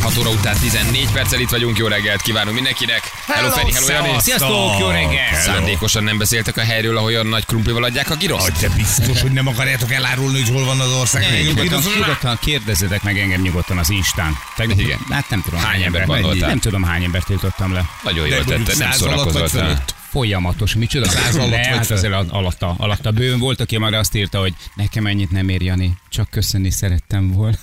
6 óra után 14 perccel itt vagyunk, jó reggelt kívánunk mindenkinek. Hello, Feri, hello, Jani. Sziasztok, jó reggel! Szándékosan nem beszéltek a helyről, ahol olyan nagy krumplival adják a giroszt? Hogy te biztos, hogy nem akarjátok elárulni, hogy hol van az ország. Ne, végén? nyugodtan, Biztos, hogy nyugodtan kérdezzetek meg engem nyugodtan az Instán. Tegnap, Igen. Hát nem tudom, Hány embert embert- vádoltál? Nem tudom, hány embert tiltottam le. Nagyon jól De mondjuk tetted, nem száz alatt vagy szórakozoltál. fölött? Folyamatos, micsoda száz alatt alatt, vagy hát fölött? azért al- alatta, alatta bőven volt, aki már azt írta, hogy nekem ennyit nem ér, Jani, csak köszönni szerettem volna.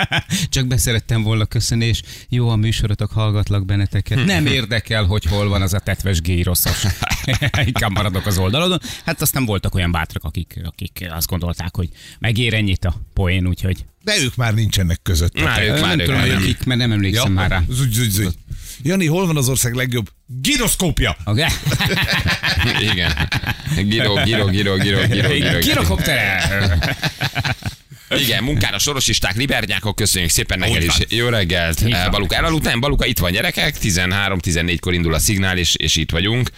csak beszerettem volna köszönni, és jó a műsorotok, hallgatlak benneteket. nem érdekel, hogy hol van az a tetves géroszos. Inkább maradok az oldalon. Hát aztán voltak olyan bátrak, akik, akik azt gondolták, hogy megér ennyit a poén, úgyhogy De ők már nincsenek között. Már ők, már nem ők, tudom, már hogy nem. kik, mert nem emlékszem már rá. Zúgy, zúgy, zúgy. Jani, hol van az ország legjobb gyroszkópja? Okay. Igen. Giro, giro, giro, giro, giro, giro. giro. Girokoptere! Igen, munkára sorosisták, libernyákok, köszönjük szépen neked is. Jó reggelt. eh, Így van. Baluka elaludt, nem, Baluka itt van gyerekek, 13-14-kor indul a szignál, és, és itt vagyunk.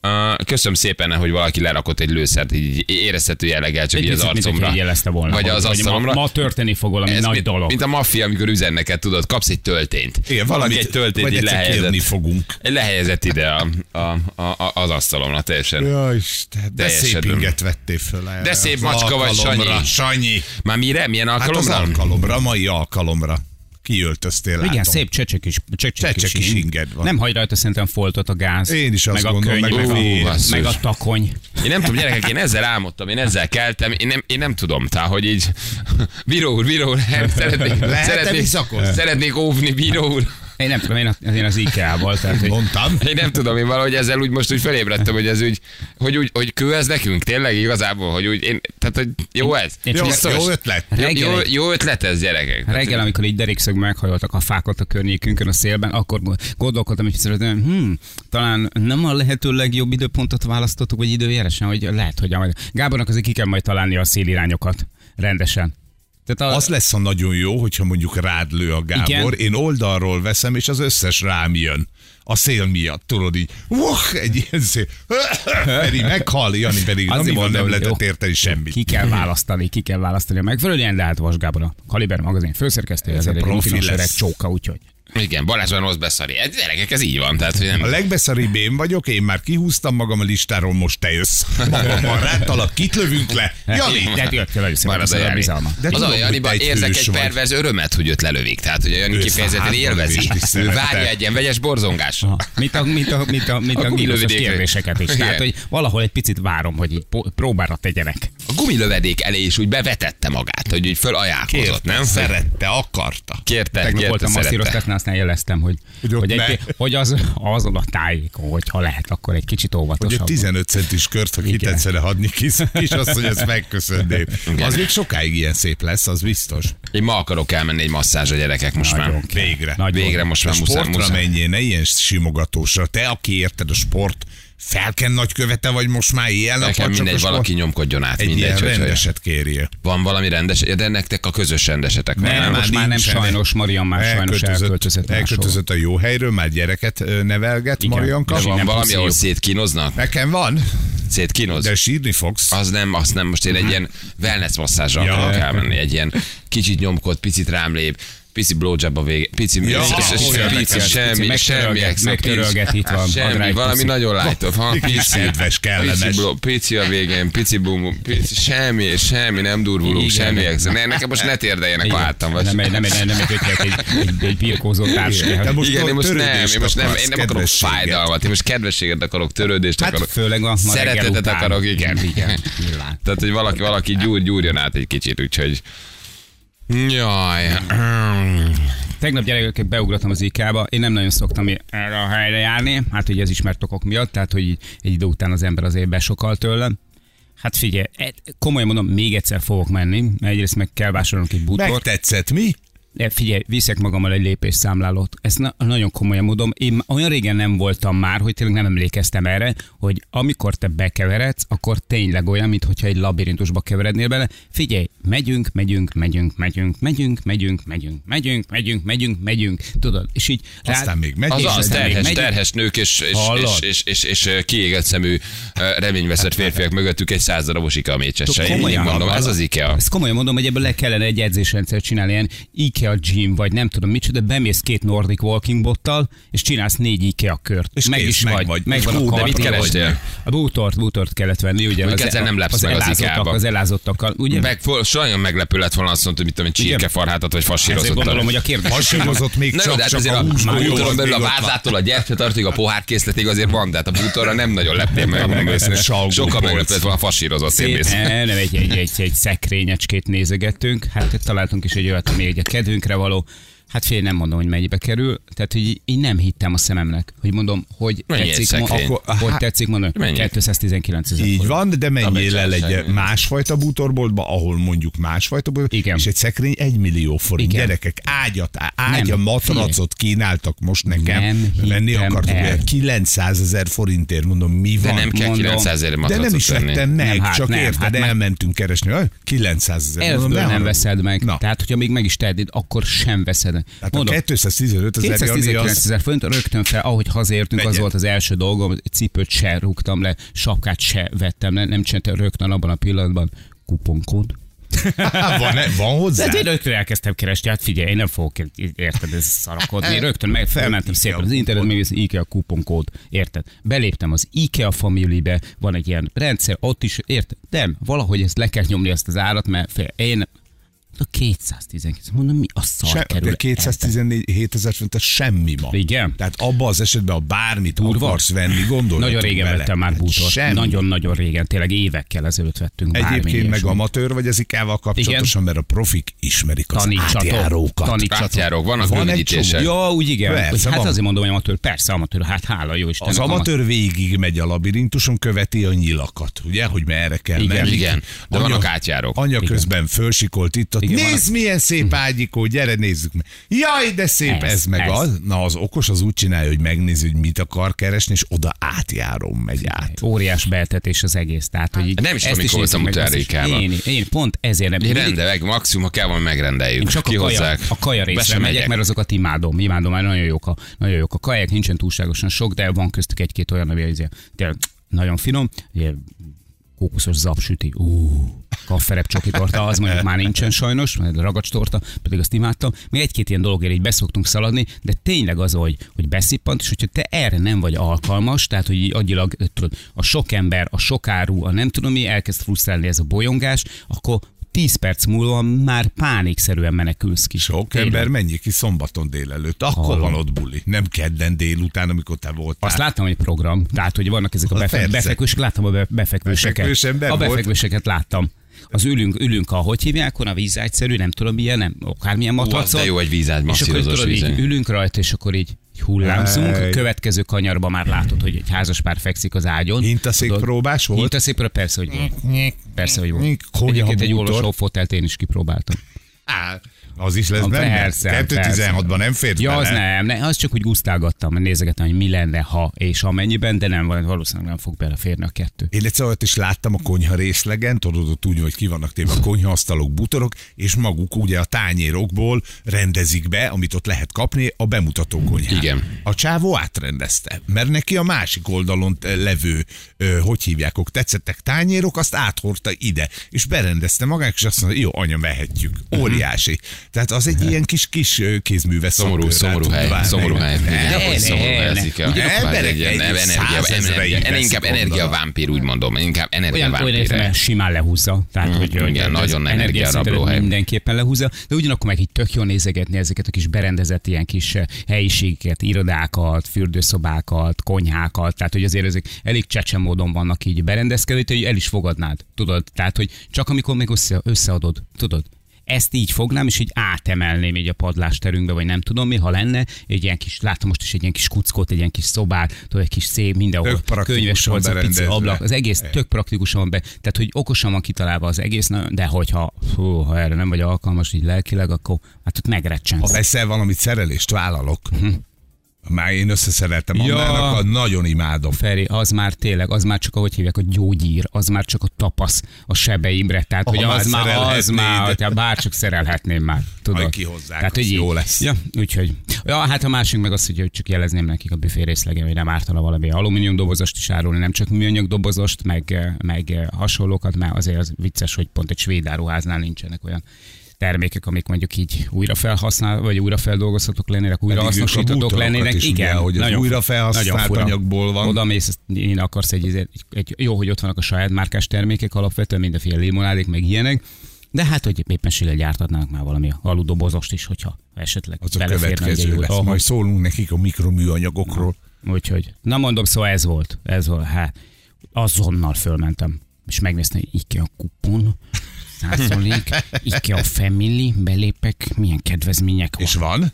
Ö, Köszönöm szépen, hogy valaki lerakott egy lőszert, így érezhető jelleggel, csak így az arcomra. Így jelezte volna. vagy hogy- az hogy ma, asztalomra. ma történni fog valami Ez nagy mint, dolog. Mint a maffia, amikor üzen neked, tudod, kapsz egy töltényt. Valaki Igen, valamit- egy töltényt vagy így egyszer lehelyezett, kérni fogunk. lehelyezett ide a, a, a, a, az asztalomra teljesen. Ja, Isten, de Teljes szép edöm. inget vettél föl erre. De szép Az macska vagy, alkalomra. Sanyi. Sanyi. Már mire? Milyen Hát az alkalomra? alkalomra, mai alkalomra. Kiöltöztél, Igen, látom. szép csöcsök is. Csöcsök Csöcsök is inged van. Nem hagy rajta szerintem foltot a gáz. Én is azt meg a gondolom, könyv, meg meg, a fény. a, Basszus. meg a takony. Én nem tudom, gyerekek, én ezzel álmodtam, én ezzel keltem, én nem, én nem tudom, tehát, hogy így, bíró úr, bíró úr, nem, szeretnék, Lehet-e szeretnék, visszakozni? szeretnék óvni, bíró úr. Én nem tudom, én, a, én az IKEA-val, tehát hogy Mondtam. Én nem tudom, én valahogy ezzel úgy most úgy felébredtem, hogy ez úgy, hogy úgy, hogy kő ez nekünk, tényleg igazából, hogy úgy, én, tehát, hogy jó ez. én csak- Jó, Biztos. jó ötlet. Jó, Reggel jó, egy- jó ötlet ez, gyerekek. Tehát, Reggel, amikor így derékszögben meghajoltak a fákat a környékünkön a szélben, akkor gondolkodtam egy picit, hogy hm, talán nem a lehető legjobb időpontot választottuk, vagy időjáresen, hogy lehet, hogy a Gábornak azért ki kell majd találni a szélirányokat rendesen. Tehát a, Az lesz a nagyon jó, hogyha mondjuk rád lő a Gábor, Igen. Igen. én oldalról veszem, és az összes rám jön. A szél miatt, tudod így, uh, egy ilyen szél, pedig meghal, Jani pedig, Azért Azért van, mondom, nem hogy lehetett jó. érteni semmit. ki kell választani, ki kell választani a megfelelően, de hát Vas Gábor a Kaliber magazin főszerkesztője, Ez a azért egy profi infinos lesz. öreg csóka, úgyhogy. Igen, Balázs van rossz beszari. Ez, gyerekek, ez így van, tehát, hogy A nem. legbeszaribb én vagyok, én már kihúztam magam a listáról, most te jössz. Magammal rátalak, kit lövünk le? Jani! De hát jött ki, nagyon szépen, Már az a köszönöm a Jani. bizalma. De De az tudom, a hogy Janiban te egy érzek hős egy vagy. perverz örömet, hogy őt lelövik. Tehát, hogy a Jani Őt a kifejezetten hátba élvezi. lövést is Ő szerette. várja egy ilyen vegyes borzongás. Aha. Mint a, mint a, mint a, mint a, A a gírosos gumilövedékre. kérdéseket is. Tehát, Igen. hogy valahol egy picit várom, hogy így po- próbára tegyenek. A gumilövedék elé is úgy bevetette magát, hogy úgy fölajánlkozott, Kérte, nem? szerette, akarta. Kérte, Tegnap kérte, voltam szerette. masszíroztatni, aztán jeleztem, hogy, Hogy hogy, ott hogy, ne. egy, hogy az, azon a tájékon, hogyha lehet, akkor egy kicsit Hogy a óvatosabb. 15 centis kört, ha ki Igen. tetszene hadni kis, és azt, hogy ezt megköszönném. Igen. Az még sokáig ilyen szép lesz, az biztos. Én ma akarok elmenni egy masszázsra, gyerekek, most már. Nagyon kell. Végre. Nagyon. Végre most A már muszáj, sportra muszáj. menjél, ne ilyen simogatósra. Te, aki érted a sport, felken nagykövete vagy most már ilyen napon, Nekem csak a mindegy, sport- valaki nyomkodjon át, Egy ilyen mindegy, hogy- hogy rendeset kérjél. van valami rendes, de nektek a közös rendesetek van, nem? már Most már nem nincsen. sajnos, Marian már sajnos elköltözött. máshova. elköltözött a jó helyről, már gyereket ö, nevelget, Igen. Marianka. De van nem valami, ahol puszíjuk. szétkínoznak? Nekem van, Szétkínoz? de sírni fogsz. Az nem, azt nem, most én Mhm. egy ilyen wellness masszázsra Ja. akarok elmenni, egy ilyen kicsit nyomkod, picit rám lép, pici blowjob a vége, pici, Ja, ja, pici, hogy pici, érdekes, pici, semmi, semmi, megtörölget, extra, megtörölget, pici, itt van, ad rá semmi, egy valami pici. nagyon light ha, Egy kis pici, kedves, kellemes. pici, blo- pici a végén, pici bum, bum, pici, semmi, semmi, nem durvulunk, Igen. semmi extra. Ne, nekem most ne térdeljenek, ha Igen. álltam, vagy. Nem, egy- nem, egy- nem, nem, egy ötlet, egy, egy, egy birkózó De társka. most Igen, én most nem, törődést én most nem, akarsz, én nem akarok kedvességet. fájdalmat, én most kedvességet akarok, törődést Hát akarok. főleg a ma reggel Szeretetet után. akarok, igen. Igen, nyilván. Tehát, hogy valaki, valaki gyúr, gyúrjon át egy kicsit, úgyhogy... Jaj. Mm. Tegnap gyerekek beugrottam az IK-ba, én nem nagyon szoktam i- erre a helyre járni, hát ugye az ismert okok miatt, tehát hogy így egy idő után az ember azért besokal tőlem. Hát figyelj, e- komolyan mondom, még egyszer fogok menni, mert egyrészt meg kell vásárolnunk egy bútort. Megtetszett, mi? Ne, Figyelj, viszek magammal egy lépés számlálót. Ezt na- nagyon komolyan mondom. Én olyan régen nem voltam már, hogy tényleg nem emlékeztem erre, hogy amikor te bekeveredsz, akkor tényleg olyan, mintha egy labirintusba keverednél bele. Figyelj, megyünk, megyünk, megyünk, megyünk, megyünk, megyünk, megyünk, megyünk, megyünk, megyünk, megyünk. Tudod, és így... rá- Aztán még megyünk, Az és az aztán még terhes, megyünk. terhes nők és, és, Hallod? Hát és, és, és, és, és kiégett szemű ö, reményveszett férfiak mögöttük egy száz darabos ika mécsessel. Én így Komolyan mondom, hallom. ez az IKEA. Ezt komolyan mondom, hogy ebből le kellene egy edzésrendszer csinálni, ilyen IKEA gym, vagy nem tudom micsoda, bemész két Nordic walking bottal, és csinálsz négy IKEA kört. És meg kész, is meg vagy. vagy. Megvan Hú, a de mit kartod, kerestél? vagy meg. A bútort, bútort kellett venni, ugye? Mondjuk ezzel nem az lepsz meg az elázottak, IKEA-ba. az elázottakkal, ugye? Meg for- soha nagyon meglepő lett volna azt mondta, hogy mit tudom, hogy csirkefarhátat vagy Hát Ezért gondolom, fasírozottat. hogy a kérdés... Hasírozott még Na jó, csak, de hát csak azért a a húsgolyó. bútoron belül a vázától a gyertyatartig, a pohárkészletig azért van, de hát a bútorra nem nagyon leptél meg, mondom őszintén. Salgó Sokkal polc. meglepett volna a fasírozott szépész. Nem, nem, egy, egy, egy, egy szekrényecskét nézegettünk. Hát találtunk is egy olyat, ami egy a kedvünkre való. Hát fél nem mondom, hogy mennyibe kerül. Tehát, hogy így- így nem hittem a szememnek, hogy mondom, hogy Mennyi egy tetszik, mo- szekrény? akkor, hogy tetszik mondani, Mennyi? 219 ezer Hát, Így forint. van, de menjél el becsánság, egy igen. másfajta bútorboltba, ahol mondjuk másfajta bútorboltba, Igen. és egy szekrény egy millió forint. Igen. Gyerekek, ágyat, á- ágya, Nem, matracot kínáltak most nekem, Nem venni hittem akartuk, el. olyan 900 ezer forintért, mondom, mi De van? nem kell mondom. 900 ezer de nem matracot is vettem venni. meg, Nem, hát csak nem, érted, hát meg- elmentünk keresni, olyan 900 ezer. Elfből Mondom, ne nem, haragudj. veszed meg. Na, Tehát, hogyha még meg is tehetnéd, akkor sem veszed. tehát a 215 ezer, Jani, 219 az ezer forint, rögtön fel, ahogy hazaértünk, az Legyen. volt az első dolgom, egy cipőt se rúgtam le, sapkát se vettem le, nem csináltam rögtön abban a pillanatban kuponkód. Hát van, van hozzá? De én rögtön elkezdtem keresni, hát figyelj, én nem fogok érted ez szarakodni. Én rögtön meg felmentem IKEA szépen az internet, kupon. még az IKEA kuponkód, érted? Beléptem az IKEA familybe, van egy ilyen rendszer, ott is, érted? Nem, valahogy ezt le kell nyomni ezt az árat, mert fél, én a 219, mondom, mi a szar Se, kerül? de 214 ezer forint, az semmi ma. Igen. Tehát abba az esetben, ha bármit Durva. akarsz venni, gondolj. Nagyon régen bele. vettem már Hát bútort. Semmi. Nagyon-nagyon régen, tényleg évekkel ezelőtt vettünk bármi Egyébként meg ilyesmit. amatőr vagy az ikával kapcsolatosan, mert a profik ismerik az Tanítsatok, átjárókat. tanítsatok. Átjárók, vannak Van egy bővítések. csomó. Ja, úgy igen. Persze, Hogy hát van. azért mondom, hogy amatőr, persze amatőr, hát hála jó Istennek. Az amatőr végig megy a labirintuson, követi a nyilakat, ugye, hogy merre kell Igen, menni. igen. De vannak átjárók. Anya Igen. közben felsikolt itt, ott, Igen, nézd vannak- Mhm. milyen szép ágyikó, gyere nézzük meg. Jaj, de szép ez, Ez, ez meg ez. az. Na az okos az úgy csinálja, hogy megnézi, hogy mit akar keresni, és oda átjárom megy át. Óriás beltetés az egész. Tehát, hogy így Nem is tudom, ezt mikor voltam nézzük meg, utoljára ezt is. Ikában. Én, én pont ezért nem. Én mindig- rendelek, maximum, ha kell, van, megrendeljük. Én csak a kaja, Kihozzák. a Be kaja részre sem megyek, megyek. mert azokat imádom, imádom, már nagyon jók a, nagyon jók a kaják, nincsen túlságosan sok, de van köztük egy-két olyan, ami azért tényleg nagyon finom, ilyen kókuszos zapsüti, ú, kafferep csoki torta, az mondjuk már nincsen sajnos, mert ragacs torta, pedig azt imádtam. Még egy-két ilyen dologért így beszoktunk szaladni, de tényleg az, hogy, hogy beszippant, és hogyha te erre nem vagy alkalmas, tehát hogy így agyilag tudod, a sok ember, a sok áru, a nem tudom mi, elkezd frusztrálni ez a bolyongás, akkor 10 perc múlva már pánikszerűen menekülsz ki. Sok Tényleg. ember menjék ki szombaton délelőtt, akkor Hallom. van ott buli. Nem kedden délután, amikor te voltál. Azt láttam, hogy program. Tehát, hogy vannak ezek a Hát befe- persze. befekvősek, láttam a be- befekvőseket. Befekvős ember a volt. befekvőseket láttam. Az ülünk, ülünk a, hogy hívják, van a vízágyszerű, nem tudom milyen, nem, akármilyen az matracon. de jó, egy vízágy És akkor masszírozós tudod, így vízen. ülünk rajta, és akkor így hullámzunk. Ej. A következő kanyarban már látod, hogy egy házaspár fekszik az ágyon. Hintaszék Tudod, próbás volt? Hintaszékről persze, hogy volt. Persze, hogy volt. Konyha Egyébként egy bútor. olvasó fotelt én is kipróbáltam. Á, az is lesz Na, benne. persze, 2016-ban nem fért Ja, az bele. nem, ne, az csak úgy gusztálgattam, nézegettem, hogy mi lenne, ha és amennyiben, de nem, valószínűleg nem fog beleférni a kettő. Én egyszer olyat is láttam a konyha részlegen, tudod, ott úgy, hogy ki vannak téve a konyhaasztalok, butorok, és maguk ugye a tányérokból rendezik be, amit ott lehet kapni, a bemutató konyhát. Igen. A csávó átrendezte, mert neki a másik oldalon eh, levő, ö, hogy hívják, ok, tetszettek tányérok, azt áthordta ide, és berendezte magának, és azt mondta, jó, anya, vehetjük. Mhm. Óriási. Tehát az egy ilyen kis-kis ö, kézműves Szomorú, szakkörrel szomorú tud hely, válni. szomorú hely. Ne, Igen, hogy ne, szomorú ne, hely, ne. az IKEA. Ugye Kvázi emberek egy ilyen egyik energia- százezrei energia- Én inkább veszik energiavámpír, úgy mondom. Én inkább Olyan, olyan értem, energiavámpír. mert simán lehúzza. Tehát, hogy, Mm, igen, hogy nagyon az energiára energiaszintet rabló hely. Mindenképpen lehúzza, de ugyanakkor meg így tök jó nézegetni ezeket a kis berendezett ilyen kis eh, helyiségeket, irodákat, fürdőszobákat, konyhákat, tehát hogy azért ezek elég csecse módon vannak így berendezkedve, hogy el is fogadnád, tudod? Tehát, hogy csak amikor még össze, összeadod, tudod? ezt így fognám, és így átemelném így a padlásterünkbe, vagy nem tudom mi, ha lenne, egy ilyen kis, látom most is egy ilyen kis kuckot, egy ilyen kis szobát, tudod, egy kis szép, mindenhol Tök praktikusan könyves polcok, pici berendezve. ablak, az egész Igen. tök praktikusan van be. Tehát, hogy okosan van kitalálva az egész, na, de hogyha hú, ha erre nem vagy alkalmas így lelkileg, akkor hát ott Ha megrecsensz. veszel valamit szerelést, vállalok. Már én összeszereltem Mhm. Ja. Annának, a nagyon imádom. Feri, az már tényleg, az már csak, ahogy hívják, a gyógyír, az már csak a tapasz a sebeimre. Tehát, Ha hogy már az már, az szerelhetnéd. már, tehát bárcsak szerelhetném már. Tudod? Majd kihozzák, tehát, az így- jó lesz. Ja, úgyhogy. Ja, hát a másik meg az, hogy hogy csak jelezném nekik a büfé részlegén, hogy nem ártana valami alumínium dobozost is árulni, nem csak műanyag dobozost, meg, meg hasonlókat, mert azért az vicces, hogy pont egy svéd áruháznál nincsenek olyan termékek, amik mondjuk így újra felhasznál, vagy újra feldolgozhatók lennének, újra Pedig ők a hasznosíthatók bútorokat lennének. is, Igen, ugye, hogy az nagyon újra fu- felhasznált nagyon fura. anyagból van. Oda mész, ezt én akarsz egy, egy, egy, jó, hogy ott vannak a saját márkás termékek, alapvetően mindenféle limonádék, meg ilyenek, de hát, hogy éppenséggel gyártatnának már valami aludobozost is, hogyha esetleg Az a beleférne egy következő jó- lesz. Aha. Majd szólunk nekik a mikroműanyagokról. Úgyhogy, na mondom, szóval ez volt, ez volt, hát azonnal fölmentem, és megnéztem, hogy IKEA kupon, százalék, IKEA family, belépek, milyen kedvezmények van. És van?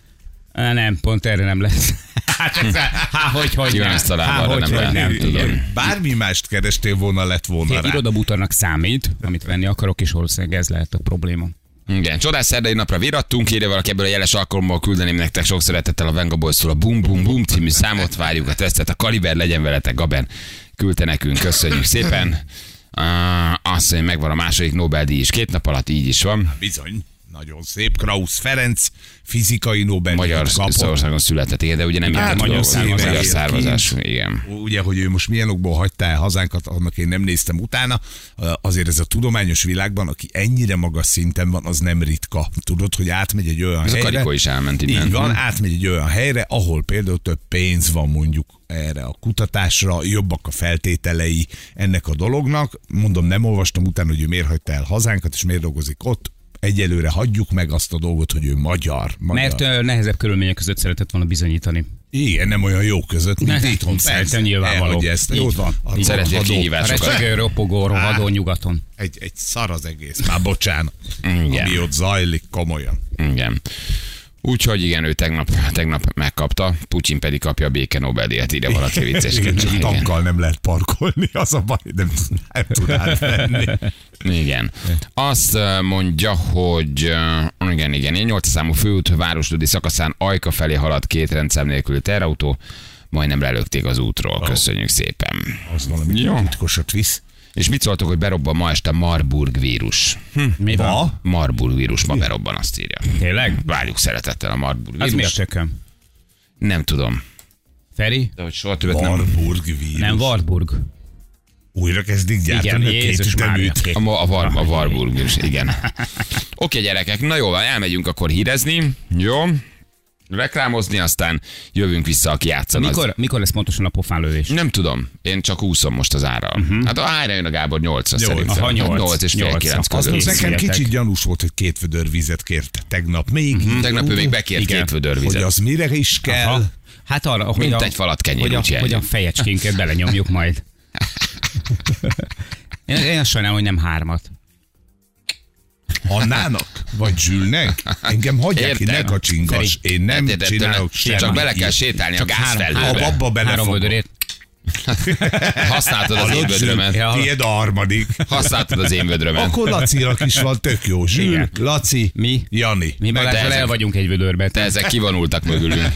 Á, nem, pont erre nem lesz. Hát ez, há, hogy, hogy Jó, nem. ezt talán Há, arra hogy, nem hogy lehet. nem, tudod. Bármi mást kerestél volna, lett volna Fél rá. irodabútornak számít, amit venni akarok, és valószínűleg ez lehet a probléma. Igen, csodás szerdai napra virattunk, írja valaki ebből a jeles alkalommal küldeném nektek sok szeretettel a Venga Boys-tól a Bum Bum Bum című számot, várjuk a tesztet, a kaliber legyen veletek, Gaben küldte nekünk, köszönjük szépen. Uh, azt mondja, megvan a második Nobel-díj is, két nap alatt így is van. Bizony. Nagyon szép. Krausz Ferenc fizikai nobel Magyar kapott. Hát, Szországon született, igen, de ugye nem jelent magyar dolgot, származás. magyar származás, igen. Ugye, hogy ő most milyen okból hagyta el hazánkat, annak én nem néztem utána. Azért ez a tudományos világban, aki ennyire magas szinten van, az nem ritka. Tudod, hogy átmegy egy olyan Ez a helyre. Karikó is elment innen. Hm. Így van, átmegy egy olyan helyre, ahol például több pénz van mondjuk erre a kutatásra, jobbak a feltételei ennek a dolognak. Mondom, nem olvastam utána, hogy ő miért hagyta el hazánkat, és miért dolgozik ott. Egyelőre hagyjuk meg azt a dolgot, hogy ő magyar. magyar. Mert ö, nehezebb körülmények között szeretett volna bizonyítani. Igen, nem olyan jó között, mint Ne, itthon. szerintem Persze, nyilvánvaló. elhagyja Ezt, Így Jó, van. a Így Szereti a rohadó- A kihívásokat. recsegő, ropogó, rohadó Á. nyugaton. Egy, egy szar az egész, már bocsánat. Igen. Ami ott zajlik, komolyan. Igen. Úgyhogy igen, ő tegnap, tegnap megkapta, Putyin pedig kapja a béke Nobel-díjat, ide valaki Igen, vicceskedik. csak Igen. tankkal nem lehet parkolni, az a baj, nem tud, nem tud átmenni. igen. Azt ö, mondja, hogy ö, igen, igen, én 8 számú főút városludi szakaszán Ajka felé haladt két rendszám nélküli terautó, majdnem lelökték az útról. Köszönjük szépen. Az valami Jó. titkosat visz. És mit szóltok, hogy berobban ma este Marburg vírus? Hm, Mi van? Marburg vírus ma berobban, azt írja. Tényleg? Hát Várjuk szeretettel a Marburg vírus. Az mi a tököm? Nem tudom. Feri? De hogy soha többet nem... Marburg vírus. Nem, Warburg. Újra kezdik gyártani Igen, a két Jézus Mária. üteműt. A, ma- a, var, a Warburg is, igen. Oké, gyerekek, na jó, van, elmegyünk akkor hírezni, jó? Reklámozni, aztán jövünk vissza, aki játszana. az- Mikor, mikor lesz pontosan a pofánlövés? Nem tudom, én csak úszom most az árral. Uh-huh. Hát a ára jön a Gábor 8-ra Nyolc. szerintem. Mhm. Aha, nyolc. 8 és fél Nyolc. 9 Azt között. mondták, Nekem Szietek. kicsit gyanús volt, hogy két vödör vizet kért tegnap. Még Tegnap ő még bekért Igen. két vödör Mhm. hogy vizet. az mire is kell. Aha. Hát arra, hogy Mint a, egy falat kenyér, hogy, a, úgy hogy a járjuk. fejecskénket belenyomjuk majd. Én, én azt sajnálom, hogy nem hármat. Annának? Vagy Zsülnek? Engem hagyják ki, Értem. ne kacsingass. Én nem De- de- de- de- csinálok Csak semmit. bele kell sétálni a három- gázfelhőbe. abba bele három fogok. vödörért. Használtad az én vödrömet. Ja. Tiéd a harmadik. Használtad az én vödrömet. Akkor Lacinak is van, tök jó. Zsül, Igen. Laci, Mi? Jani. Mi te Balázsral ezek- el vagyunk egy vödörbe. De ezek kivonultak mögülünk.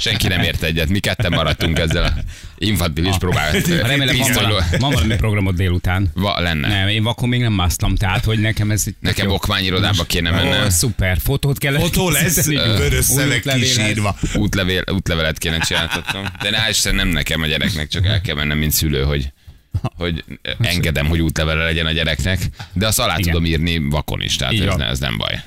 Senki nem ért egyet. Mi ketten maradtunk ezzel a infantilis próbálatokkal. Ah. Remélem, van, vala, van valami programod délután. Va, lenne. Nem, én vakon még nem másztam, tehát hogy nekem ez... egy tök Nekem jó. okmányirodába kéne Ó, mennem. szuper, fotót kell Fotó lesz, készíteni. vörös szelek Újlevél kísírva. Útlevél, útlevelet kéne csináltatnom. De ne Isten nem nekem a gyereknek, csak el kell mennem, mint szülő, hogy hogy engedem, hogy útlevele legyen a gyereknek, de azt alá Igen. tudom írni vakon is, tehát Így ez, van. ne, ez nem baj.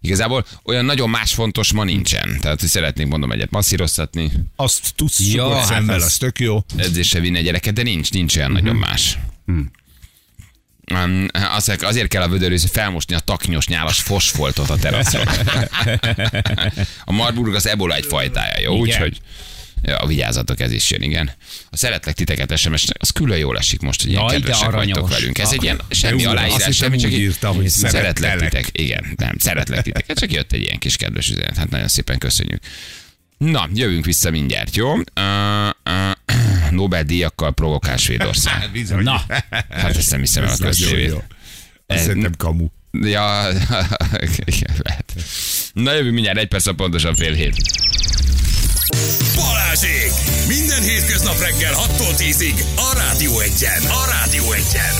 Igazából olyan nagyon más fontos ma nincsen. Tehát, hogy szeretnék mondom egyet masszíroztatni, Azt tudsz Ja, ja, hát szemmel, az- az tök jó. edzésre vinni a gyereket, de nincs, nincs olyan nagyon Mhm. más. Um, azt- Azért kell a vödörőző felmosni a taknyos nyálas fosfoltot a teraszról. a Marburg az ebola egy fajtája, jó? Úgyhogy Ja, vigyázzatok, ez is jön, igen. A szeretlek titeket sms az külön jól esik most, hogy ilyen Ja, ide kedvesek aranyos. vagytok velünk. Ez egy ilyen semmi jó, azt aláírás, hittem semmi, csak úgy így írta, hogy szeretlek szeretlek. titek. Igen, nem, szeretlek titeket. Csak jött egy ilyen kis kedves üzenet. Hát nagyon szépen köszönjük. Na, jövünk vissza mindjárt, jó? Uh, uh, Nobel-díjakkal provokál Svédország. Bizony. Na. Hát ezt nem hiszem el a ez nagyon köztévét. jó. Azt Ez- szerintem kamu. Ja, igen, lehet. Na jövünk mindjárt egy perc a pontosan fél hét. Balázsék! Minden hétköznap reggel 6-tól 10-ig a Rádió Egyen! A Rádió Egyen!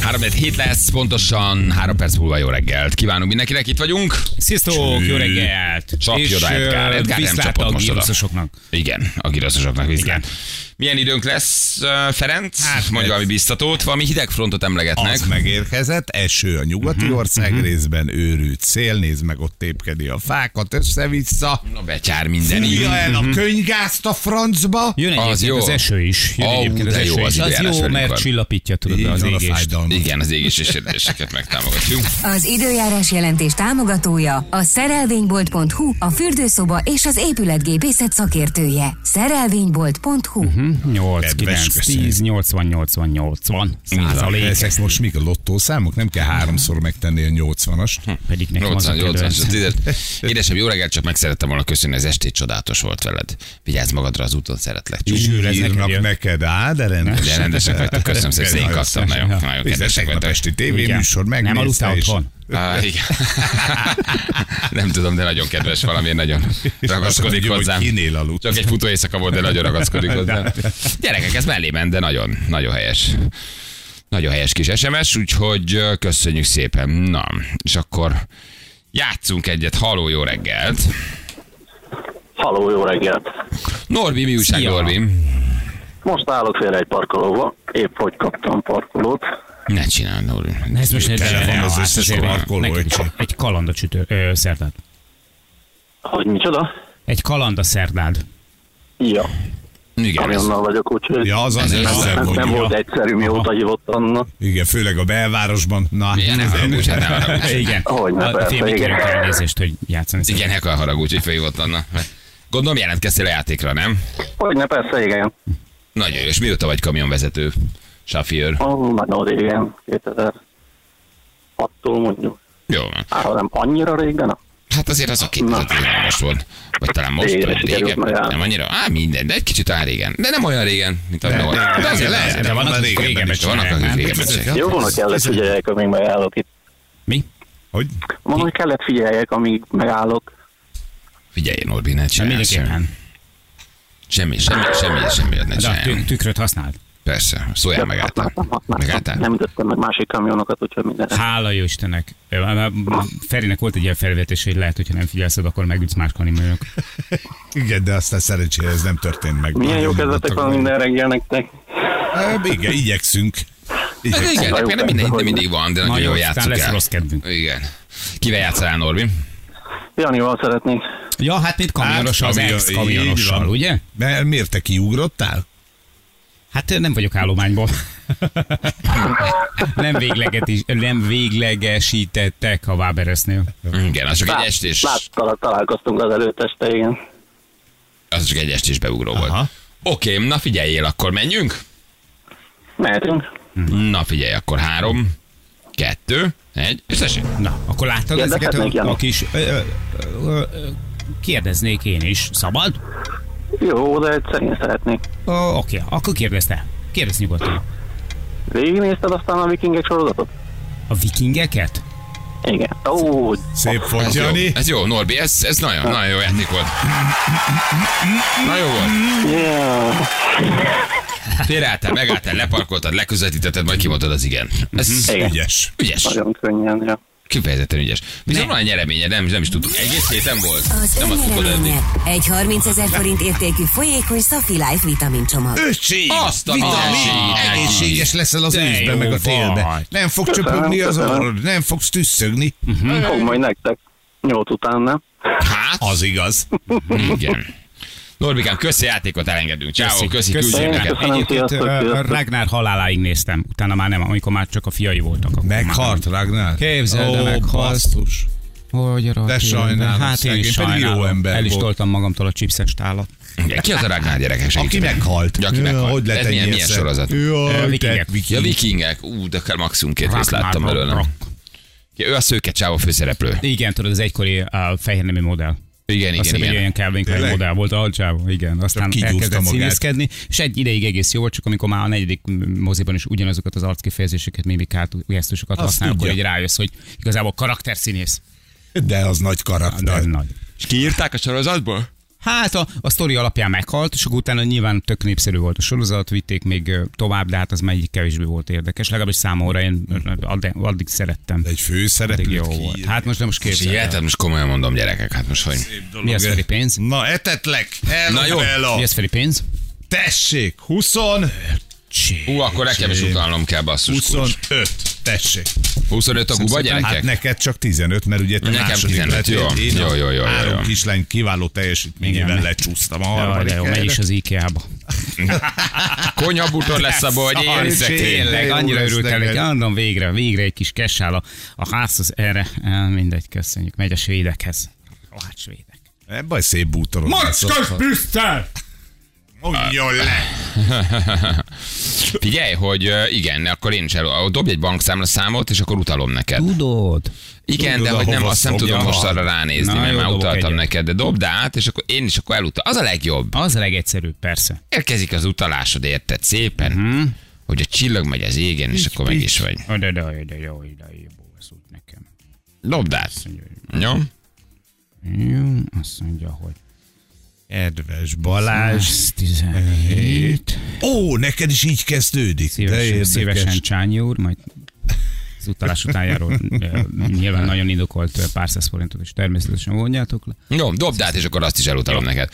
3 hét lesz, pontosan 3 perc múlva jó reggelt. Kívánunk mindenkinek, itt vagyunk. Sziasztok, jó reggelt! Csapj És, oda, ö, Edgár. Edgár nem viszlát csapott a most oda. gírozosoknak. Igen, a gíraszosoknak vizsgán. Igen. Milyen időnk lesz, ö, Ferenc? Hát, Hát, mondj ez- valami biztatót, valami hideg frontot emlegetnek. Az megérkezett, eső a nyugati Mhm, ország részben, őrült szél, nézd meg, ott tépkedi a fákat össze-vissza. Na betyár minden így. Fújja el a könygázt a francba. Az Jön egyébként jó. az eső is. Jön Ó, egyébként az de jó, eső az is. Az időjárás jó, velünk van. mert csillapítja tudod Így az van a égést. fájdalmat. Igen, az égés és érdéseket megtámogatjuk. Az időjárás jelentés támogatója a szerelvénybolt.hu, a fürdőszoba és az épületgépészet szakértője. Szerelvénybolt.hu uh-huh. 8, Kedves, 9, köszönjük. 10, 80, 80, 80 százalék. Ezek most mik a lottószámok? Nem kell háromszor megtenni a 80-ast. Pedig nekem az a 80 80 kedvenc. Édesem, jó reggelt, csak meg szerettem volna köszönni, az estét csodálatos volt veled. Vigyázz magadra az úton, szeretlek. Csúcs. Zsűr, ez neked Írnak jön. neked, á, de rendesen. De rendesek vagytok, köszönöm szépen, én Nagyon kaptam, nagyon, nagyon Ez a kedvesek tegnap vagytok. esti Igen. tévéműsor, megnézte Nem aludtál és- otthon? Ah, igen. Nem tudom, de nagyon kedves valamiért nagyon ragaszkodik Azt mondja, hogy hozzám. kinél aludt. Csak egy futó éjszaka volt, de nagyon ragaszkodik hozzám. Gyerekek, ez mellé ment, de nagyon, nagyon helyes. Nagyon helyes kis SMS, úgyhogy ö, köszönjük szépen. Na, és akkor játszunk egyet. Haló, jó reggelt! Halló, jó reggelt! Norbi, mi újság, Szia. Norbi? Most állok félre egy parkolóba, épp hogy kaptam parkolót. Ne csináld, Norbi. Ez most Tele ne- van ne- az hát összes azért parkoló, neked is csak. Egy kalanda csütő, ö, szerdád. Hogy micsoda? Egy kalanda szerdád. Ja, Igen, ez- kamionnal vagyok, úgyhogy Ja, az az Ez az- nem nem, volt. nem volt egyszerű, mióta hívott Anna. Igen, főleg a belvárosban. Na, Igen, ne haragudj, hát ne haragudj. Igen. Ahogy ne, A- a persze, filmik igen. kérünk elnézést, hogy játszani. Igen, ne kell haragudj, hogy felhívott Anna. Gondolom jelentkeztél a játékra, nem? Hogy ne, persze, igen. Nagyon jó, és mióta vagy kamionvezető, sofőr? Ó, nagyon régen, 2006-tól mondjuk. Jó van. Á, ha nem annyira régen, Hát azért az a 2013-as volt. Vagy talán most, Régen vagy sikerült régen. már. Nem annyira. Á, minden, de egy kicsit áll régen. De nem olyan régen, mint a volt. De azért lehet. de De van vannak az régebben régebben is, vannak csinálják, akik nem? régebben csinálják. jó, Hát, jó volna kellett figyeljek, amíg megállok itt. Mi? Hát Hogy? Mondom, hogy kellett figyeljek, amíg megállok. Figyelj, Norbi, ne Nem csinálj semmi. mindenképpen. Semmi, semmi, semmi, semmi, ne De a csinálj. tük- tükröt használd. Persze, szóljál meg által. Használtam, használtam. Megálltál? hát, Nem ütöttem meg másik kamionokat, úgyhogy minden. Hát, Hála jó Istennek. Ö, ö, ö, Ferinek volt egy ilyen felvetés, hogy lehet, hogyha nem figyelsz, oda, akkor megütsz más kanimőnök. Igen, de aztán szerencsére ez nem történt meg. Milyen jó Nagyon kezdetek nyugodtak van minden reggel nektek. vagyunk. Ö, Igen, igyekszünk. Hát Igen, de nem minden héten mindig van, de nagyon Nagyon, jól aztán játszunk lesz el. rossz kedvünk. Igen. Kivel játszál, Norbi? Janival szeretnék. Ja, hát mint kamionos, az kamion- így ex-kamionossal, van. ugye? Mert miért te kiugrottál? Hát ö, nem vagyok állományban. nem, véglegetis, nem véglegesítettek a Waberesnél. Igen, az csak egy estés, Láttal, találkoztunk az előteste, igen. az csak egy estés beugró volt. Aha. Oké, na figyeljél, akkor menjünk. Mehetünk. Mhm. Na figyelj, akkor három, kettő, egy, és tessék. Na, akkor láttad ezeket Kérdezhetnék, a, Jani? a kis... Ö, ö, ö, ö, kérdeznék én is. Szabad? Jó, de egyszer én szeretnék. Ö, oké, akkor kérdezte. Kérdez nyugodtan. Végignézted aztán a vikingek sorozatot? A vikingeket? Igen. Ó, Szép volt, Ez jó, Jani. ez jó, Norbi, ez, ez nagyon, nagyon jó játék volt. Na jó volt. yeah. Félreálltál, megálltál, leparkoltad, leközvetítetted, majd kimondod az igen. Ez Mhm. Igen. Ügyes. ügyes, Nagyon könnyen, ja. kifejezetten ügyes. Viszont van egy nyereménye, nem, nem is tudtuk. Egész héten volt. Az Nem azt tudod eddig. önnyereménye egy 30 ezer forint értékű folyékony Safi Life vitamincsomag. Öcsém! Azt a mindenségét neki. Egészséges leszel az De őszben, jó meg a télben. vagy. Nem fog Köszönöm, csöpögni az köszönöm. orrod, nem fogsz tüsszögni. Hm. Fog majd nektek. Nyolc után, nem? Hát, Az igaz. igen. Norbikám, köszi játékot elengedünk. Ciao, Köszi, köszi, köszi. küldjél Én nekem. köszönöm, Egyébként sziasztok, ö, sziasztok. Ragnár haláláig néztem, utána már nem, amikor már csak a fiai voltak. akkor már nem. Meghalt, Ragnar. Képzeld, de Ó, meghalt. basszus. Hogy arra De tényleg, sajnálom, Hát én is szegény, pedig jó sajnálom. ember El is volt. toltam magamtól a chipses tálat. Igen, Ki az a Ragnar gyerekek? Aki Segítsetek. meghalt. Ja, aki Ja, meghalt. Hogy lett Ez milyen, ennyi milyen esze? sorozat? Jaj, hát Vikingek. te viking. Ja, vikingek. Ú, de akár maximum két részt Ragnar láttam belőle. Rock. Ja, ő a szőke csávó főszereplő. Igen, tudod, az egykori a fehér nemű modell. Igen, Azt igen, hiszem, egy igen. olyan Calvin Klein Tényleg? modell volt a hadsába, igen. Aztán kigyúzta elkezdett magát. színészkedni, és egy ideig egész jó volt, csak amikor már a negyedik moziban is ugyanazokat az arckifejezéseket, mimikát, gesztusokat Azt használ, akkor tudja. így rájössz, hogy igazából karakterszínész. De az nagy De az karakter. nagy. És kiírták a sorozatból? Hát a, a sztori alapján meghalt, és akkor utána nyilván tök népszerű volt a sorozat, vitték még ö, tovább, de hát az már így kevésbé volt érdekes. Legalábbis számomra én ö, ö, addig, addig szerettem. De egy Addig főszereplőt jó kiír. volt. Hát most nem most És képzelem. hát most komolyan mondom, gyerekek, hát most hogy. Mi az Feri pénz? Na, etetlek. Na jó. Hello, Mi hello. az Feri pénz? Tessék, 20, Ú, akkor nekem is utalnom kell basszus. kurz. 25. Tessék. 25 a guba Hát gyerekek? neked csak 15, mert ugye te Nekem második 15, lettél. jó. Én Jó, a jó, jó, jó, Három jó. kislány kiváló teljesítményével Igen. lecsúsztam a Jaj, harmadik de jó, megy helyre. is az IKEA-ba. Konyhabutor lesz a hogy Szar, én tényleg. szekrény. Tényleg, jó Hát annyira lesz örültem neked. neki. Andom végre, végre egy kis kesál a, a házhoz erre. Eh, Mindegy, köszönjük. Megy a svédekhez. Rohadt svédek. Ebben a Eh, szép bútorod. Macskas! Brüsszel! Mondjon le! Figyelj, hogy ö, igen, akkor én is el, dobj egy bankszámla számot, és akkor utalom neked. Tudod? Igen, Tudod, de hogy nem, ahova azt nem szokja. tudom most arra ránézni, Na, mert jó, már dobok utaltam egyet. neked, de dobd át, és akkor én is akkor elutal. Az a legjobb. Az a legegyszerűbb, persze. Érkezik az utalásod, érted szépen, hogy a csillag megy az égen, és akkor meg is vagy. Oda, oda, oda, oda, oda, jó, ez úgy nekem. Dobd át. Jó? Jó, azt mondja, hogy Kedves Balázs. 17. Ó, neked is így kezdődik. de Szívesen, érdekes. szívesen Csányi úr, majd az utalás utánjáról eh, nyilván nagyon indokolt eh, pár száz forintot is természetesen vonjátok le. Jó, dobd át, és akkor azt is elutalom neked.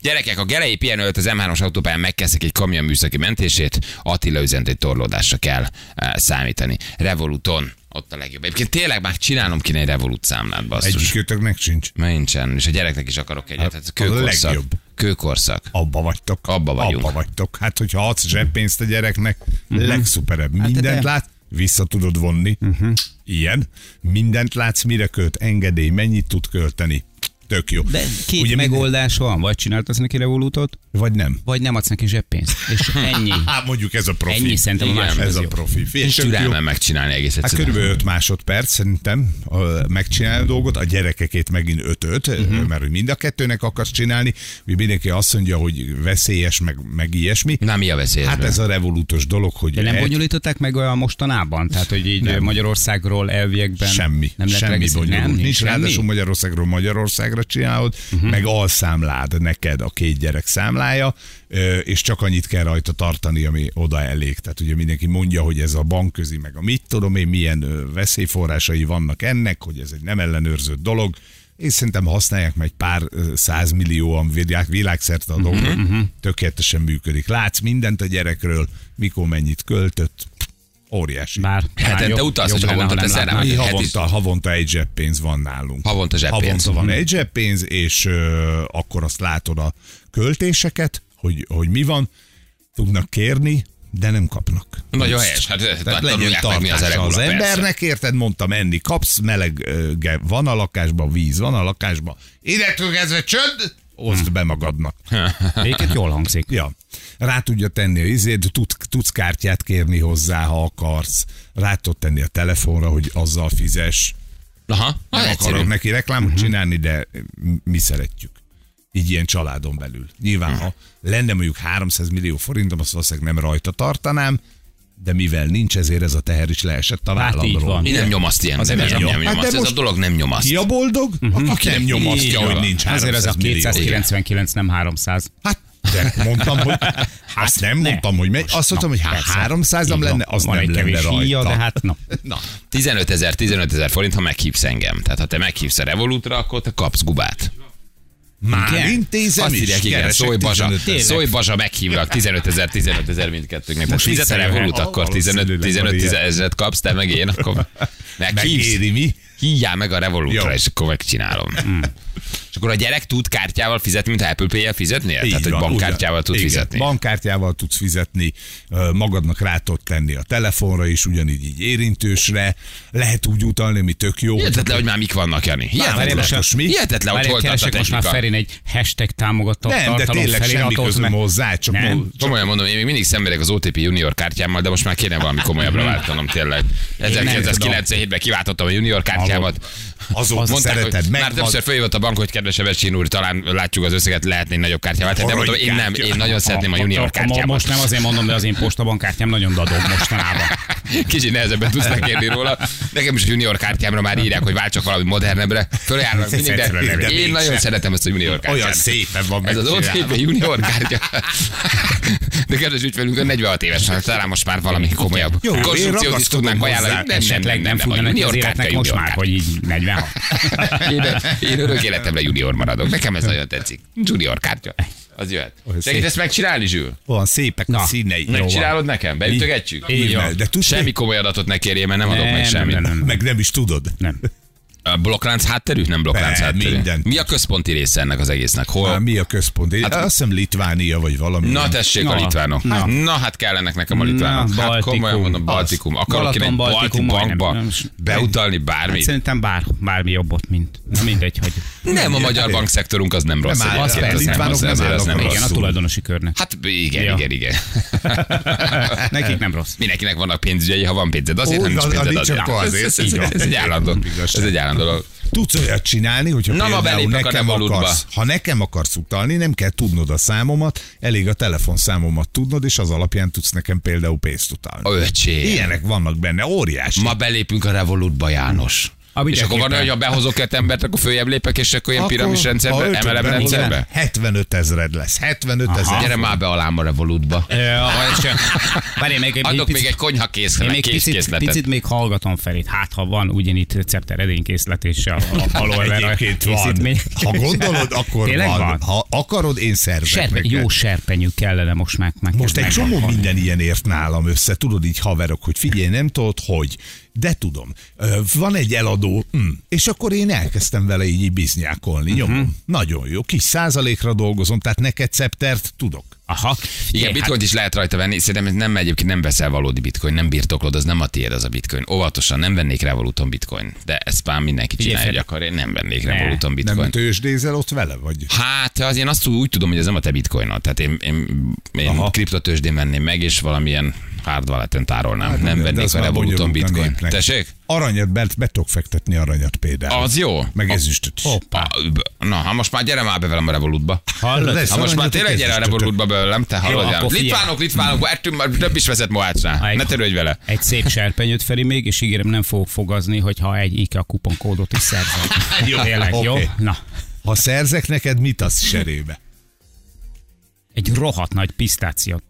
Gyerekek, a gerei pihenőt az M3-as autópályán megkezdtek egy kamion műszaki mentését, Attila üzent, hogy torlódásra kell e, számítani. Revoluton, ott a legjobb. Egyébként tényleg már csinálom ki egy Revolut számlát, basszus. Egy... Egyikőtöknek sincs. Nincsen, és a gyereknek is akarok egyet. Hát, az a kőkorszak. legjobb. Kőkorszak. Abba vagytok. Abba vagyunk. Abba vagytok. Hát, hogyha adsz zseppénzt a gyereknek, Mhm. uh-huh. legszuperebb. Mindent de- lát, vissza tudod vonni. Uh-huh. Ilyen. Mindent látsz, mire költ engedély, mennyit tud költeni. Tök jó. De két Ugye Ugye minden- megoldás van, vagy csináltasz neki revolútot, Vagy nem. vagy nem adsz neki zseppénzt. És ennyi. Hát mondjuk ez a profi. Ennyi szerintem a Igen, másik ez az a jó. profi. Figyelj, És tök jó. türelmem megcsinálni egész Hát egyszerűen. körülbelül 5 másodperc szerintem ö, megcsinálni a dolgot, a gyerekekét megint 5 Mhm. uh-huh. mert hogy mind a kettőnek akarsz csinálni, hogy mindenki azt mondja, hogy veszélyes, meg, meg ilyesmi. Na, mi a veszély? Hát ezben? ez a revolútos dolog, hogy De nem egy- bonyolították meg olyan mostanában? Tehát, hogy így nem. Magyarországról elviekben semmi, nem lehet semmi regisztrálni? bonyolult. Nem, Mhm. Nincs, nincs semmi? ráadásul Magyarországról Magyarországra csinálod, uh-huh. meg alszámlád neked a két gyerek számlája, ö, és csak annyit kell rajta tartani, ami oda elég. Tehát ugye mindenki mondja, hogy ez a bankközi, meg a mit tudom én, milyen ö, veszélyforrásai vannak ennek, hogy ez egy nem ellenőrzött dolog, és szerintem használják meg egy pár ö, százmillióan világ, világszerte a Mhm, dolgot, uh-huh. tökéletesen működik. Látsz mindent a gyerekről, mikor mennyit költött, óriási. Bár, Hát, bár te jobb- utalsz, jobb hogy lenne, havonta ha nem teszel rá. látnák. Mi Hát havonta, havonta egy zseppénz van nálunk. Havonta zseppénz. Mhm. Havonta van egy zseppénz, és ö, akkor azt látod a költéseket, hogy, hogy mi van, tudnak kérni, de nem kapnak. Nagyon Ezt- helyes. Hát, Tehát tehát legyen tanulják meg, mi az, tartása elegula, az persze. embernek, érted? Mondtam, enni kapsz, meleg ö, ge- van a lakásban, víz van a lakásban. Idektől kezdve csönd, oszd be magadnak. Egyébként jól hangzik. Ja. Rá tudja tenni a izét, tud, tudsz kártyát kérni hozzá, ha akarsz. Rá tud tenni a telefonra, hogy azzal fizes. Aha, Nem hát egyszerű. akarok neki reklámot Mhm. csinálni, de m- mi szeretjük. Így ilyen családon belül. Nyilván, Mhm. ha lenne mondjuk 300 millió forintom, azt valószínűleg nem rajta tartanám, de mivel nincs, ezért ez a teher is leesett a Hát így vállamról. van. Mi nem nyomaszt ilyen, az nem, nem nem, nyom. nem Hát de nyomaszt. Ez a most- dolog nem nyomaszt. Ki a boldog? Mhm. Aki nem nyomasztja, Így hogy van. nincs 300 Azért ez a millió. 299, nem 300. Hát, de mondtam, hogy azt nem Hát ne. mondtam, hogy megy. Most, Azt mondtam, hogy na, hát persze. 300 nem Így lenne, van. az Van nem egy lenne kevés rajta. híja, de hát na. Na, 15 ezer, 15 ezer forint, ha meghívsz engem. Tehát ha te meghívsz a Revolutra, akkor te kapsz gubát. már Igen? intézem Azt is. írják, igen, keresek szólj bazsa, 15 ezer. szólj bazsa, meghívlak, 15 ezer, 15 ezer mindkettőnknek. Tehát fizet a visszajöhet. Revolut, akkor 15 Valószínűleg 15 ezeret kapsz, te meg én, akkor meghívsz. Megéri mi? Hívjál meg a Revolutra, Jó. Mm. és akkor megcsinálom. És akkor a gyerek tud kártyával fizetni, mint ha Apple Pay-jel fizetnél? Így Tehát, hogy van, bankkártyával ugyan- tud igen, fizetni. Bankkártyával tudsz fizetni, ö, magadnak rá tudod tenni a telefonra is, ugyanígy így érintősre, lehet úgy utalni, ami tök jó. Hihetetlen, hogy már mik vannak, Jani. várjál, Hihetetlen, most most mi? Hihetetlen hogy Várjál, hol tart a keresek most már technika. Ferin egy hashtag támogató nem, de tartalom tényleg semmi feliratot, közöm mert- hozzá, csak Nem. mond- Komolyan mondom, én még mindig szenvedek az OTP junior kártyámmal, de most már kéne valami Hmm. komolyabbra váltanom tényleg. 1997-ben kiváltottam a junior kártyámat. Azóta szereted, hogy meg már van. többször följött a bank, hogy kedves Ebesén úr, talán látjuk az összeget, lehetne egy nagyobb kártyával. Tehát Arany mondom, én nem, kártya. én nagyon szeretném a junior kártyámat. Most nem azért mondom, de az én postabankkártyám nagyon dadog mostanában. Kicsit nehezebben tudsz megérni róla. Nekem is a junior kártyámra már írják, hogy váltsak valami modernebbre. Följárnak mindig, de Egyszerűen nem. én nagyon szeretem ezt a junior kártyát. Olyan szépen van Ez az megcsinálva. OTP junior kártya. De kedves ügyfelünk, ön 46 éves, hát talán most már valami komolyabb Jó, én konstrukciót is ragaszkodom tudnánk hozzá. ajánlani. Nem, nem, nem, Esetleg nem, nem, fújna a neki az junior életnek kártya, most junior már, kártya. hogy így 46. Én, én örök életemre junior maradok. Nekem ez nagyon tetszik. Junior kártya. Az jöhet. Segít szép. ezt megcsinálni, Zsül? Olyan szépek Na, a Na, színei. Jó van. Megcsinálod nekem? Beütögetjük? Így Jó. van. De tudsz Semmi mi? komoly adatot ne kérjél, mert nem adok Nem, meg nem, semmit. nem, nem. Meg nem is tudod. Nem. A blokklánc hátterű? Nem blokklánc Be, hátterű. mindent. Mi a központi része ennek az egésznek? Már Hol? mi a központ? Hát, Hát- azt hiszem Litvánia vagy valami. Na tessék a Na. litvánok. Na. Na hát kellenek nekem a litvánok. Na, Hát Baltikum. komolyan mondom, Az. Baltikum. Akarok én egy Balaton, balti Baltikum, bankba majdnem. Nem, beutalni Hát bármit. szerintem bár, bármi jobbot, mint. Na mindegy, hogy. Nem, a magyar bankszektorunk az nem rossz. áll- egyébként, az nem az persze, litvánok rossz, nem azért az állnak nem rosszul. Igen, a rossz. tulajdonosi körnek. Hát igen, Ja. igen, igen. Nekik nem rossz. Mindenkinek vannak pénzügyei, ha van pénzed azért, Ó, ha nincs az- az pénzed nincs, azért. akkor Ez- azért. ez- ez- Így van. Ez egy állandó. Ez egy állandó dolog. Tudsz olyat csinálni, hogyha Na, ma például belépek a nekem Revolutba. akarsz, ha nekem akarsz utalni, nem kell tudnod a számomat, elég a telefonszámomat tudnod, és az alapján tudsz nekem például pénzt utalni. Öcsém. Ilyenek vannak benne, óriási. Ma belépünk a Revolutba, János. A és akkor van, Ah, mindenképpen. hogy ha behozok öt embert, akkor följebb lépek, és akkor ilyen piramis rendszerbe, ha emelem ötödben rendszerbe. vagy, 75 ezered lesz, 75 Aha. ezer. Gyere már be alám a Revolutba. Várj, még egy Adok picit- még egy konyha Én készletet. még picit, picit még hallgatom Ferit, hát ha van ugyanitt recepter edénykészlet és a, a aloe Egyébként van. Ha gondolod, akkor Tényleg van. van? Ha akarod, én szerzek Serpe, neked. jó serpenyű kellene most már. már Most egy megvan. csomó minden ilyen ért nálam össze, tudod így haverok, hogy figyelj, nem tudod, hogy. De tudom, Ö, van egy eladó, hm. és akkor én elkezdtem vele így biznyákolni, nyomom. Mhm. Nagyon jó, kis százalékra dolgozom, tehát neked szeptert tudok. Aha. Igen, bitcoint hát- is lehet rajta venni, szerintem ez nem egyébként nem veszel valódi bitcoin, nem birtoklod, az nem a tiéd az a bitcoin. Óvatosan nem vennék Revoluton bitcoin, de ezt már mindenki csinálja, hogy Figyelj, akar, én nem vennék Ne. Revoluton Bitcoin. bitcoin. Nem tőzsdézel ott vele, vagy? Hát az én azt úgy tudom, hogy ez nem a te bitcoinod. Tehát én, én, én Aha. kriptotősdén venném meg, és valamilyen hard walleten tárolnám. Hát, nem de vennék az a már Revoluton bonyolult a bitcoin. népnek. Tessék? Aranyat, be, be tudok fektetni aranyat például. Az jó. Meg ezüstöt is. Hoppá. Na, ha most már gyere már be velem a Revolutba. Hallod? Ha most már Aranyat, tényleg gyere a ezüstöt. Revolutba be velem, te hallod? Ján? akkor figyelj. Litvánok, litvánok, ettünk már több is vezet Moácsnál. Egy- Ne törődj vele. Egy szép serpenyőt Feri még, és ígérem nem fogok fogazni, hogyha egy IKEA kuponkódot is szerzek. jó, Tényleg, jó? Oké. Na, Ha szerzek neked, mit az serébe? egy rohadt nagy pisztácia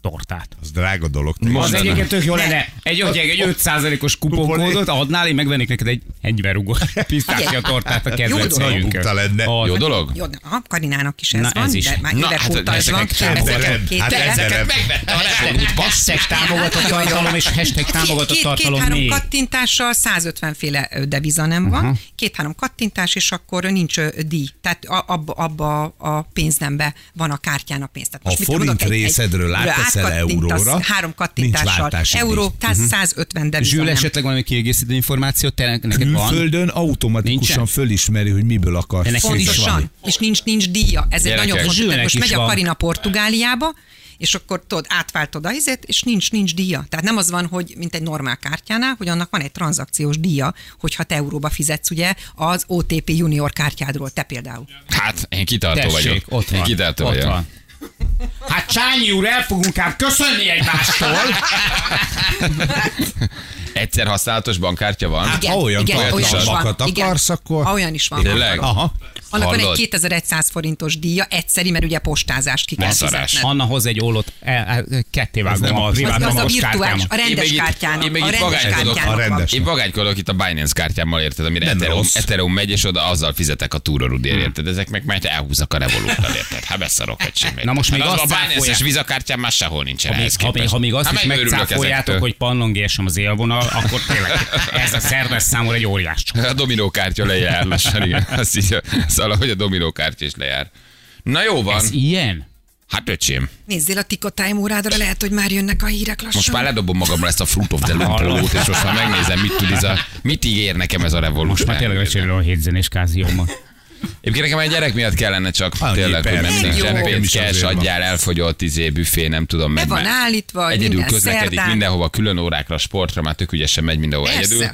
tortát. Az drága dolog. Az Most egyébként tök jó lenne. Egy, hogy egy 5%-os kuponkódot adnál, én megvennék neked egy egyverugó pisztácia tortát a kedvenc dolog. helyünkön. Buta lenne. Az- Jó dolog? Jó, de a Karinának is ez Na, van, ez is. de már Na, évek hát óta ez ezeket van. kell velem. Hát két- Hát, ezzel- Ezeket megvette a Revolutba. Hashtag támogatott tartalom és hashtag támogatott két- tartalom Két-három még. kattintással 150 féle ö, deviza nem van, két-három kattintás, és akkor nincs ö, díj. Tehát a- abba, abba a pénznembe van a kártyán a pénz. Tehát A mit tudom, forint mondok, egy- egy- részedről ura, átteszel átkattintasz euróra, Három nincs kattintással. váltási díj. Euró, tehát 150 deviza Zsül nem. esetleg valami kiegészítő információ, te neked van? külföldön automatikusan Nincsen? fölismeri, hogy miből akar. De neked is van. Pontosan. És nincs, nincs díja. Ez egy Gyerekek, nagyon fontos. Zsülnek Tehát Most is megy a van. Karina Portugáliába, és akkor tudod, átváltod a hizét, és nincs, nincs díja. Tehát nem az van, hogy mint egy normál kártyánál, hogy annak van egy tranzakciós díja, hogyha te euróba fizetsz, ugye, az OTP junior kártyádról, te például. Hát, én kitartó vagyok. Tessék, ott Én van. kitartó ott vagyok. van. Hát Csányi úr, el fogunk ám köszönni egymástól. Egyszer használatos bankkártya van? Hát, ha olyan olyan tartalmakat akarsz, akkor... Ha olyan is van. Tényleg? Aha. Annak van egy Hallod? 2100 forintos díja, egyszeri, mert ugye postázást ki kell Beszarás. fizetned. Anna hoz egy ólót, el- el- ketté vágom a privát Az, az a magos virtuális, kártyámat. a rendes Én meg itt- kártyának. én meg a itt rendes magánykodok. kártyának A van. rendes. Én vagánykodok itt a Binance kártyámmal, érted, amire Nem Ethereum, rossz. Ethereum megy, és oda azzal fizetek a túrorudér, Hmm. érted? Ezek meg már elhúzzak a revolúttal, érted? Hát beszarok egy semmit. Na most még hát az azt a Binance-es cáfolják. vizakártyám már sehol nincsen Ha még, ehhez ha, még, képest. ha még azt Hát is megőrülök megcáfoljátok, ezektől. hogy pallongésem az élvonal, akkor tényleg ez a szerves számomra egy óriás csomag. A dominókártya lejár lassan, igen. Azt így, szóval, hogy a dominókártya is lejár. Na jó van. Ez ilyen? Hát öcsém, Nézzél a Tico Time órádra, lehet, hogy már jönnek a hírek lassan. most már ledobom magamra ezt a Fruit of the Loom pólót, és most már megnézem, mit tud ez a, mit ígér nekem ez a Most revolúció. már Hát tényleg megcsinálom a hétzenés káziómat. Egyébként nekem egy gyerek miatt kellene csak Annyi tényleg, hogy perc. mert Jó. minden Nekem pénz is kell, azért van. adjál, elfogyott, izé, büfé, nem tudom. Be meg van már állítva, Egyedül minden közlekedik szerdán. mindenhova, külön órákra, sportra, már tök ügyesen megy mindenhol Persze. egyedül.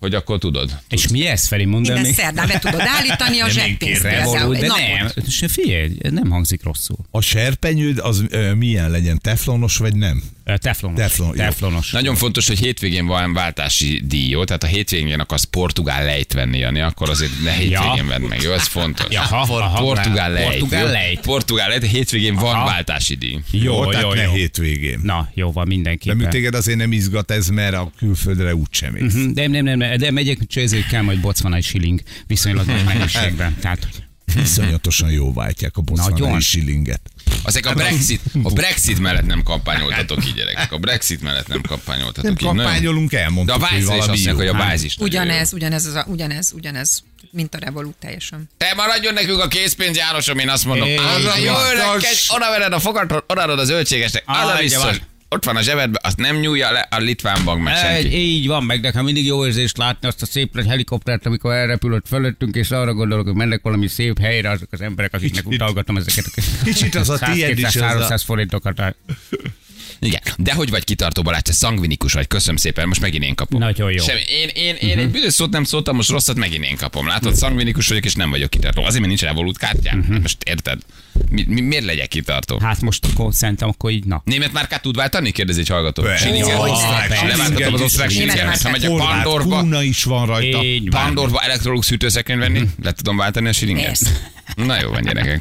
Hogy akkor tudod. És mi ez, Feri, mondd el Minden még? szerdán be tudod állítani a zseppénzt. Revolút, például, de egy nem. napot. És Figyelj, nem hangzik rosszul. A serpenyőd az ö, milyen legyen, teflonos vagy nem? Ö, Teflonos. Teflon, jó. Teflonos. Nagyon fontos, hogy hétvégén van váltási díj, jó? Tehát ha hétvégén akarsz portugál lejt venni, Jani, akkor azért ne hétvégén Ja. vedd meg, jó? Ez fontos. Ja, ha, ha, ha, portugál lejt. Portugál jó? lejt. Portugál lejt, hétvégén van Aha. váltási díj. Jó, tehát jó, ne jó. hétvégén. Na, jó van De még mindenképpen. téged azért nem izgat ez, mert a külföldre úgysem mész. Mhm, De nem, nem, nem, de megyek, csak ezért kell majd bocvanai shilling viszonylag nagy mennyiségben. Tehát, hogy Iszonyatosan jó váltják a boszvanai Nagyon. silinget. Ezek Hát, a Brexit, a Brexit mellett nem kampányoltatok így, gyerekek. A Brexit mellett nem kampányoltatok Nem így. Nagyon- kampányolunk, De a elmondtuk, hogy Vice is azt valami mondják, jó. Hát, hogy a Vice is nagyon jó. Ugyanez, ugyanez, az a, ugyanez, ugyanez, mint a Revolut teljesen. Te maradjon nekünk a készpénz Jánosom, én azt mondom. Éj, Arra jó biztos. öreges, oda vered a fogatról, odaadod az öltségesnek, Á, az a ugye biztos. van. Ott van a zsebedben, azt nem nyúlja le a litván bank, mert Egy, senki. így van, meg nekem mindig jó érzés látni azt a szép nagy helikoptert, amikor elrepülött fölöttünk, és arra gondolok, hogy mennek valami szép helyre azok az emberek, akiknek Kicsit- utalgatom ezeket a kicsit az a tiéd is az a- 300 forintokat. Igen, de hogy vagy kitartó barát, te szangvinikus vagy, köszönöm szépen, most megint én kapom. Nagyon jó. Semmi. Én, én, én uh-huh. egy büdös szót nem szóltam, most rosszat megint én kapom. Látod, szangvinikus vagyok, és nem vagyok kitartó. Azért, mert nincs Revolut kártyám. Uh-huh. Most érted? Mi, mi, miért legyek kitartó? Hát most akkor szerintem akkor így, na. Német márkát tud váltani? Kérdez egy hallgató. Persze. Schillinger. Ó, Osztrák. persze. Leváltatom az osztrák Német Schillingert. Ha márkát. megy a Horvát Pandorba, Hát, kúna is van rajta. Így van. Pandorba Electrolux hűtőszekrényt venni? Le tudom váltani a silinget? Persze. Na jó van, gyerekek.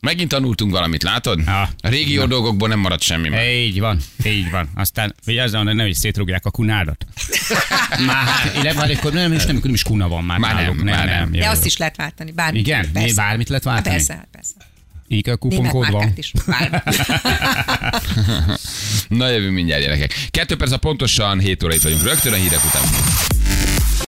Megint tanultunk valamit, látod? Ah. A régi jó dolgokból nem maradt semmi már. Így van, így van. Aztán vigyázz, hogy nehogy szétrúgják a kunádat. Már, hát, illetve hát akkor nem, és nem, nem is kuna van már. Már nem, náluk. már nem. Jó, De jó. azt is lehet váltani, bármit. Igen? Persze. Mi, bármit lehet Há, váltani? Persze, hát persze. Így a Német kuponkód van. márkát is. Bármit. Na jövő mindjárt, gyerekek. Kettő perc a pontosan, 7 óra itt vagyunk. Rögtön a hírek után.